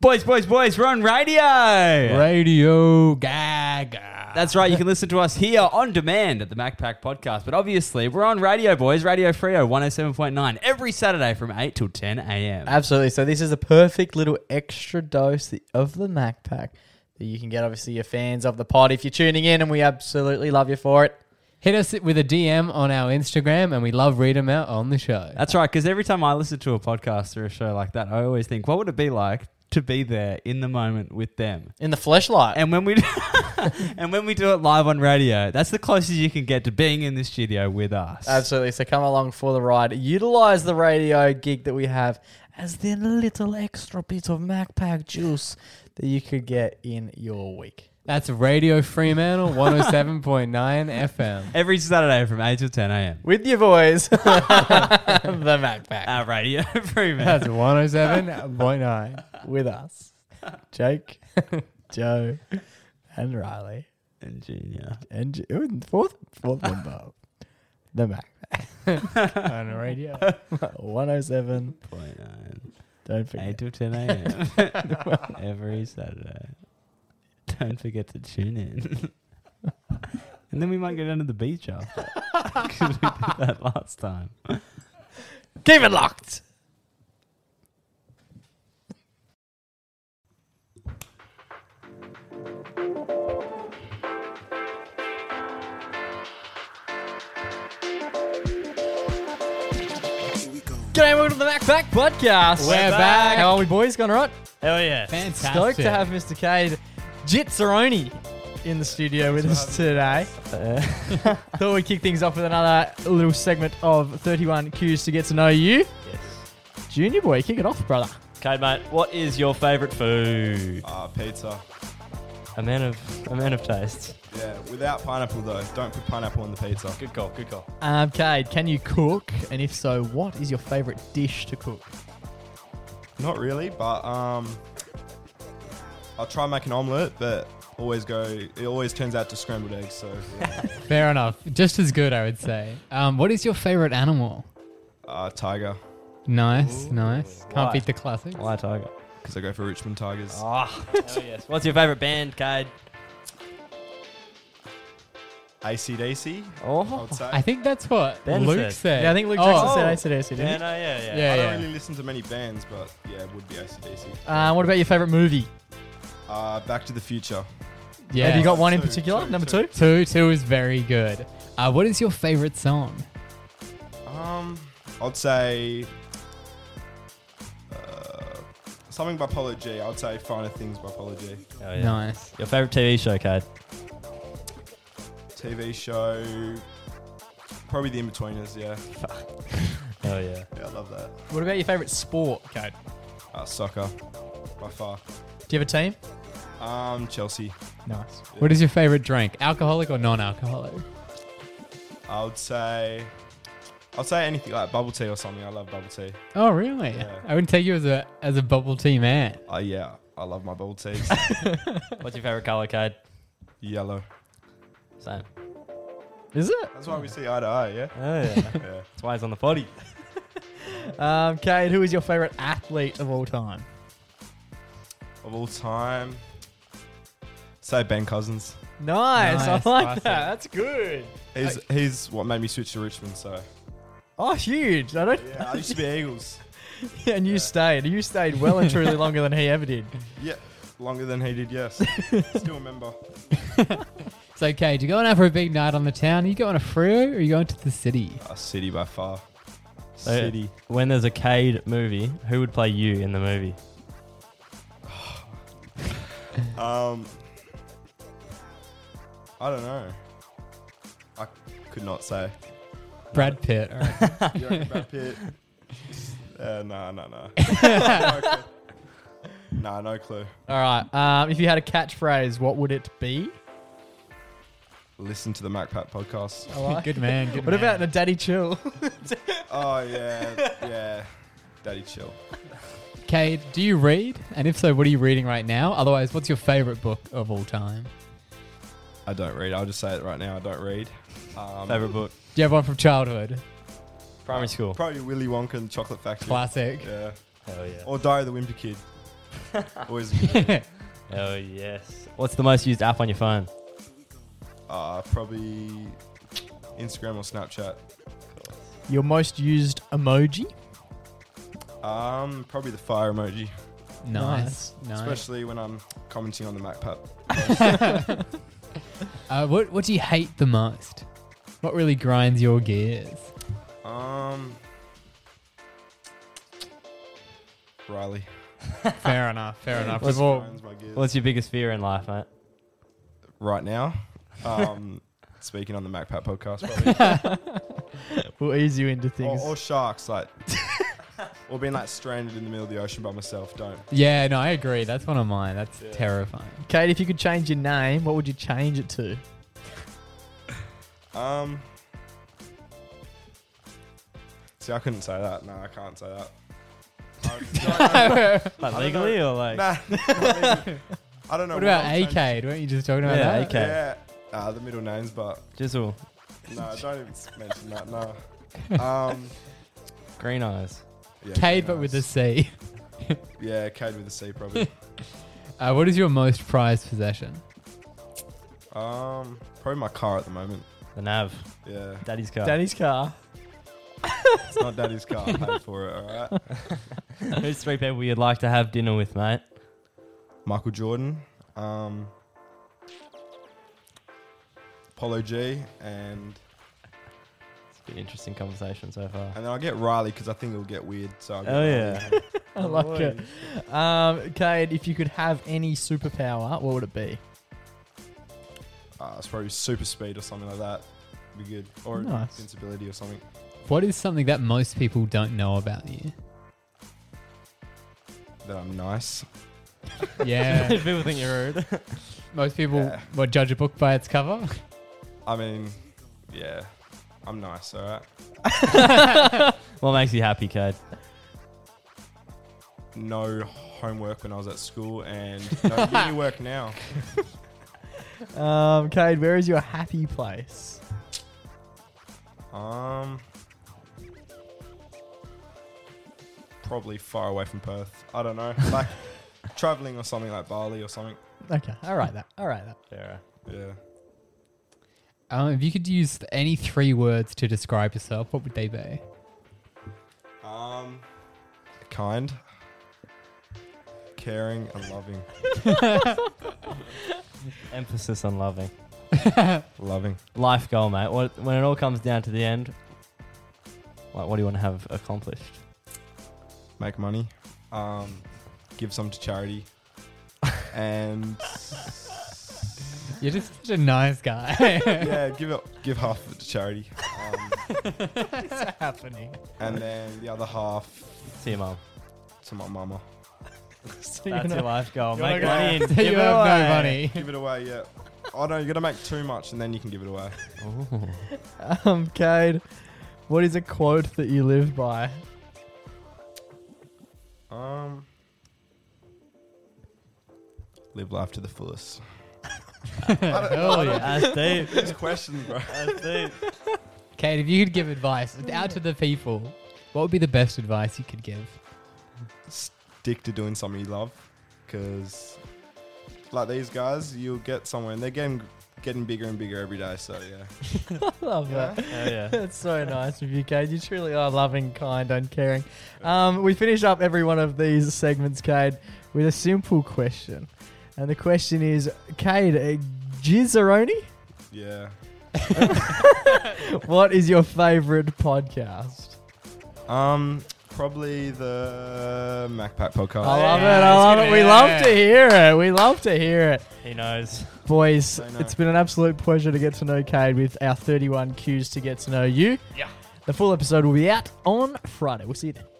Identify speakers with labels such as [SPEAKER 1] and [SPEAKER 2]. [SPEAKER 1] Boys, boys, boys, we're on radio.
[SPEAKER 2] Radio Gaga.
[SPEAKER 1] That's right. You can listen to us here on demand at the MacPack Podcast. But obviously, we're on radio, boys. Radio Frio 107.9 every Saturday from 8 till 10 a.m.
[SPEAKER 2] Absolutely. So this is a perfect little extra dose the- of the Mac Pack that you can get. Obviously, your fans of the pod, if you're tuning in, and we absolutely love you for it.
[SPEAKER 3] Hit us with a DM on our Instagram, and we love read them out on the show.
[SPEAKER 1] That's right. Because every time I listen to a podcast or a show like that, I always think, what would it be like to be there in the moment with them?
[SPEAKER 2] In the fleshlight.
[SPEAKER 1] And when we and when we do it live on radio, that's the closest you can get to being in the studio with us.
[SPEAKER 2] Absolutely. So come along for the ride. Utilize the radio gig that we have as the little extra bit of Mac Pack juice that you could get in your week.
[SPEAKER 3] That's Radio Fremantle 107.9 FM.
[SPEAKER 1] Every Saturday from 8 till 10 a.m.
[SPEAKER 2] With your boys, the Mac Pack.
[SPEAKER 1] Our radio Fremantle.
[SPEAKER 3] That's 107.9.
[SPEAKER 2] with us Jake, Joe, and Riley.
[SPEAKER 1] And Junior.
[SPEAKER 2] And Ju- ooh, and fourth, fourth member, the Mac.
[SPEAKER 3] on the radio.
[SPEAKER 2] 107.
[SPEAKER 1] Point nine.
[SPEAKER 2] Don't forget.
[SPEAKER 1] 8 till 10 a.m. every Saturday. Don't forget to tune in. and then we might go down to the beach after. Because we did that last time.
[SPEAKER 2] Keep it locked. G'day, welcome to the Mac Pack Podcast.
[SPEAKER 3] We're back.
[SPEAKER 2] How are we, boys? Going right?
[SPEAKER 1] Hell yeah.
[SPEAKER 3] Fantastic.
[SPEAKER 2] Stoked to have Mr. Cade Jitsaroni in the studio with us today. Thought we'd kick things off with another little segment of 31 Qs to get to know you.
[SPEAKER 4] Yes.
[SPEAKER 2] Junior boy, kick it off, brother.
[SPEAKER 4] Okay, mate. What is your favourite food?
[SPEAKER 5] Ah, pizza.
[SPEAKER 4] A man of a man of taste.
[SPEAKER 5] Yeah, without pineapple though. Don't put pineapple on the pizza.
[SPEAKER 4] Good call. Good call.
[SPEAKER 2] Um, Cade, can you cook? And if so, what is your favourite dish to cook?
[SPEAKER 5] Not really, but um, I'll try and make an omelette, but always go. It always turns out to scrambled eggs. So yeah.
[SPEAKER 3] Fair enough. Just as good, I would say. Um, what is your favorite animal?
[SPEAKER 5] uh, tiger,
[SPEAKER 3] Nice, nice. Can't
[SPEAKER 4] Why?
[SPEAKER 3] beat the classics.
[SPEAKER 4] Why tiger?
[SPEAKER 5] because I go for Richmond Tigers.
[SPEAKER 4] Ah, oh, yes. What's your favourite band, Cade?
[SPEAKER 5] ACDC, I
[SPEAKER 4] Oh,
[SPEAKER 5] would say.
[SPEAKER 3] I think that's what
[SPEAKER 4] Ben
[SPEAKER 3] Luke
[SPEAKER 4] said.
[SPEAKER 3] said.
[SPEAKER 2] Yeah, I think Luke
[SPEAKER 3] Oh.
[SPEAKER 2] Jackson said ACDC,
[SPEAKER 4] yeah,
[SPEAKER 2] didn't
[SPEAKER 4] no, yeah, Oh, yeah.
[SPEAKER 3] Yeah,
[SPEAKER 5] I don't
[SPEAKER 3] yeah.
[SPEAKER 5] really listen to many bands, but yeah, it would be ACDC.
[SPEAKER 2] he? Uh, what about your favourite movie?
[SPEAKER 5] Uh, Back to the Future.
[SPEAKER 3] Yeah.
[SPEAKER 2] Have you got one in
[SPEAKER 5] Two,
[SPEAKER 2] particular?
[SPEAKER 5] two,
[SPEAKER 2] Number two?
[SPEAKER 3] two?
[SPEAKER 5] two.
[SPEAKER 3] Two is very good. Uh, what is your favorite song?
[SPEAKER 5] Um, I'd say uh, something by Polo G. I'd say Finer Things by Polo G.
[SPEAKER 4] Oh, yeah.
[SPEAKER 3] Nice.
[SPEAKER 4] Your favourite TV show, Cade?
[SPEAKER 5] TV show, probably The Inbetweeners. Yeah,
[SPEAKER 4] Oh yeah.
[SPEAKER 5] yeah, I love that.
[SPEAKER 2] What about your favourite sport, Cade?
[SPEAKER 5] Uh, soccer, by far.
[SPEAKER 2] Do you have a team?
[SPEAKER 5] Um, Chelsea.
[SPEAKER 2] Nice.
[SPEAKER 3] What is your favorite drink? Alcoholic or non-alcoholic?
[SPEAKER 5] I would say, I'd say anything like bubble tea or something. I love bubble tea.
[SPEAKER 3] Oh, really?
[SPEAKER 5] Yeah.
[SPEAKER 3] I wouldn't take you as a as a bubble tea man.
[SPEAKER 5] Uh, yeah, I love my bubble teas.
[SPEAKER 4] What's your favourite colour, Cade?
[SPEAKER 5] Yellow.
[SPEAKER 4] Same.
[SPEAKER 2] Is it?
[SPEAKER 5] That's why we see eye to eye. Yeah.
[SPEAKER 4] Oh yeah. That's
[SPEAKER 5] Yeah.
[SPEAKER 4] why he's on the potty.
[SPEAKER 2] Um, Cade, who is your favourite athlete of all time?
[SPEAKER 5] Of all time, say Ben Cousins.
[SPEAKER 2] Nice,
[SPEAKER 3] Nice,
[SPEAKER 2] I like
[SPEAKER 3] classic.
[SPEAKER 2] that. That's good.
[SPEAKER 5] He's he's what made me switch to Richmond. So
[SPEAKER 2] Oh, huge! I don't.
[SPEAKER 5] yeah, I used to be Eagles.
[SPEAKER 2] and you stayed. You stayed well and truly longer than he ever did.
[SPEAKER 5] Yeah, longer than he did. Yes. Still remember.
[SPEAKER 3] It's okay. Do you going out for a big night on the town? Are you going to Frio or are you going to the city?
[SPEAKER 5] Uh, city by far.
[SPEAKER 4] So, Oh, yeah,
[SPEAKER 5] City.
[SPEAKER 4] When there's a Cade movie, who would play you in the movie?
[SPEAKER 5] Um, I don't know. I could not say.
[SPEAKER 2] Uh,
[SPEAKER 3] Brad Pitt. All right.
[SPEAKER 5] You reckon Brad Pitt? Uh, nah, nah, nah. nah, no clue.
[SPEAKER 2] All right. Um, if you had a catchphrase, what would it be?
[SPEAKER 5] Listen to the MacPat podcast.
[SPEAKER 2] I like-
[SPEAKER 3] good man. Good
[SPEAKER 2] What
[SPEAKER 3] man.
[SPEAKER 2] about the daddy chill?
[SPEAKER 5] Oh yeah, yeah. Daddy chill.
[SPEAKER 3] Cade, do you read? And if so, what are you reading right now? Otherwise, what's your favorite book of all time?
[SPEAKER 5] I don't read. I'll just say it right now. I don't read. Um,
[SPEAKER 4] Favourite book?
[SPEAKER 3] Do you have one from childhood?
[SPEAKER 4] Primary school.
[SPEAKER 5] Probably Willy Wonka and the Chocolate Factory.
[SPEAKER 3] Classic.
[SPEAKER 5] Yeah.
[SPEAKER 4] Hell yeah.
[SPEAKER 5] Or Diary of the Wimpy Kid. Always a good idea.
[SPEAKER 4] Oh yes. What's the most used app on your phone?
[SPEAKER 5] uh, probably Instagram or Snapchat.
[SPEAKER 2] Your most used emoji?
[SPEAKER 5] Um, probably the fire emoji,
[SPEAKER 3] nice. Nice.
[SPEAKER 5] especially when I'm commenting on the MacPap.
[SPEAKER 3] Uh, what What do you hate the most? What really grinds your gears?
[SPEAKER 5] Um, Riley.
[SPEAKER 3] Fair enough. Fair enough.
[SPEAKER 5] What's-
[SPEAKER 3] We've all-
[SPEAKER 5] grinds my gears.
[SPEAKER 4] What's your biggest fear in life, mate?
[SPEAKER 5] right now. Um, speaking on the MacPap podcast, probably.
[SPEAKER 2] We'll ease you into
[SPEAKER 5] or,
[SPEAKER 2] things.
[SPEAKER 5] or sharks, like, or being like stranded in the middle of the ocean by myself. Don't.
[SPEAKER 3] yeah. No, I agree. That's one of mine. That's
[SPEAKER 5] Yeah.
[SPEAKER 3] terrifying.
[SPEAKER 2] Kate, if you could change your name, what would you change it to?
[SPEAKER 5] Um. See, I couldn't say that. No, I can't say that. I,
[SPEAKER 4] Like
[SPEAKER 5] I don't
[SPEAKER 4] legally or like?
[SPEAKER 5] nah, I don't know.
[SPEAKER 3] What about
[SPEAKER 5] I'm trying-
[SPEAKER 3] AK? Weren't you just talking about
[SPEAKER 4] Yeah,
[SPEAKER 3] that?
[SPEAKER 4] AK.
[SPEAKER 5] Yeah. Nah, the middle names, but
[SPEAKER 4] Jizzle,
[SPEAKER 5] no, don't even mention that. No. Um.
[SPEAKER 4] green eyes.
[SPEAKER 5] Yeah,
[SPEAKER 3] Cade, but with a
[SPEAKER 5] nice.
[SPEAKER 3] C.
[SPEAKER 5] Yeah, Cade with a C probably.
[SPEAKER 3] Uh, what is your most prized possession?
[SPEAKER 5] um, probably my car at the moment.
[SPEAKER 4] The nav.
[SPEAKER 5] Yeah,
[SPEAKER 4] Daddy's car.
[SPEAKER 2] Daddy's car.
[SPEAKER 5] it's not daddy's car. I paid for it. All right.
[SPEAKER 4] Who's three people you'd like to have dinner with, mate?
[SPEAKER 5] Michael Jordan, um, Polo G, and
[SPEAKER 4] It's been an interesting conversation so far.
[SPEAKER 5] and then I'll get Riley because I think it'll get weird. So I'll get
[SPEAKER 4] Oh,
[SPEAKER 5] Riley.
[SPEAKER 2] I like it. Um, Cade, if you could have any superpower, what would it be?
[SPEAKER 5] Uh, it's probably super speed or something like that. Be good or
[SPEAKER 2] Nice.
[SPEAKER 5] invincibility or something.
[SPEAKER 3] What is something that most people don't know about you?
[SPEAKER 5] That I'm nice.
[SPEAKER 3] Yeah.
[SPEAKER 4] people think you're rude.
[SPEAKER 3] most people
[SPEAKER 5] Yeah.
[SPEAKER 3] what judge a book by its cover.
[SPEAKER 5] I mean, yeah, I'm nice. All right.
[SPEAKER 4] What makes you happy, Cade?
[SPEAKER 5] No homework when I was at school and no uni work now.
[SPEAKER 2] Um, Cade, where is your happy place?
[SPEAKER 5] Um, probably far away from Perth. I don't know, like traveling or something like Bali or something.
[SPEAKER 2] Okay, all right, that, all right, that.
[SPEAKER 4] Sarah.
[SPEAKER 5] Yeah.
[SPEAKER 3] Um, if you could use any three words to describe yourself, what would they be?
[SPEAKER 5] Um, kind, caring, and loving.
[SPEAKER 4] Emphasis on loving.
[SPEAKER 5] Loving.
[SPEAKER 4] Life goal, mate. What, when it all comes down to the end, like, what do you want to have accomplished?
[SPEAKER 5] Make money. Um, give some to charity. And
[SPEAKER 3] You're just such a nice guy.
[SPEAKER 5] yeah, give it, give half of it to charity. Um,
[SPEAKER 2] What's happening?
[SPEAKER 5] and then the other half
[SPEAKER 4] See you, mum.
[SPEAKER 5] to my mama.
[SPEAKER 4] That's your life goal.
[SPEAKER 2] you're
[SPEAKER 4] Make
[SPEAKER 2] not
[SPEAKER 4] money and
[SPEAKER 3] you
[SPEAKER 4] give it away.
[SPEAKER 3] have no money.
[SPEAKER 5] Give it away, yeah. Oh no, you gotta make too much and then you can give it away.
[SPEAKER 4] Ooh.
[SPEAKER 2] Um, Cade, what is a quote that you live by?
[SPEAKER 5] Um, live life to the fullest.
[SPEAKER 3] oh yeah.
[SPEAKER 4] That's deep.
[SPEAKER 5] This question, bro.
[SPEAKER 4] That's deep.
[SPEAKER 3] Kate, if you could give advice out to the people, what would be the best advice you could give?
[SPEAKER 5] Stick to doing something you love, because like these guys, you'll get somewhere, and they're getting getting bigger and bigger every day. So yeah,
[SPEAKER 2] Love that.
[SPEAKER 5] yeah.
[SPEAKER 4] Oh, yeah.
[SPEAKER 2] That's so nice of you, Cade. You truly are loving, kind, and caring. Um, we finish up every one of these segments, Cade, with a simple question. And the question is, Cade, uh, Gizzeroni,
[SPEAKER 5] yeah.
[SPEAKER 2] what is your favourite podcast?
[SPEAKER 5] Um, probably the MacPack podcast.
[SPEAKER 2] I love
[SPEAKER 3] yeah,
[SPEAKER 2] it. I
[SPEAKER 3] it's
[SPEAKER 2] love
[SPEAKER 3] good.
[SPEAKER 2] it. We love to hear it. We love to hear it.
[SPEAKER 4] He knows.
[SPEAKER 2] Boys,
[SPEAKER 5] I know.
[SPEAKER 2] it's been an absolute pleasure to get to know Cade with our 31 cues to get to know you. Yeah. The full episode will be out on Friday. We'll see you then.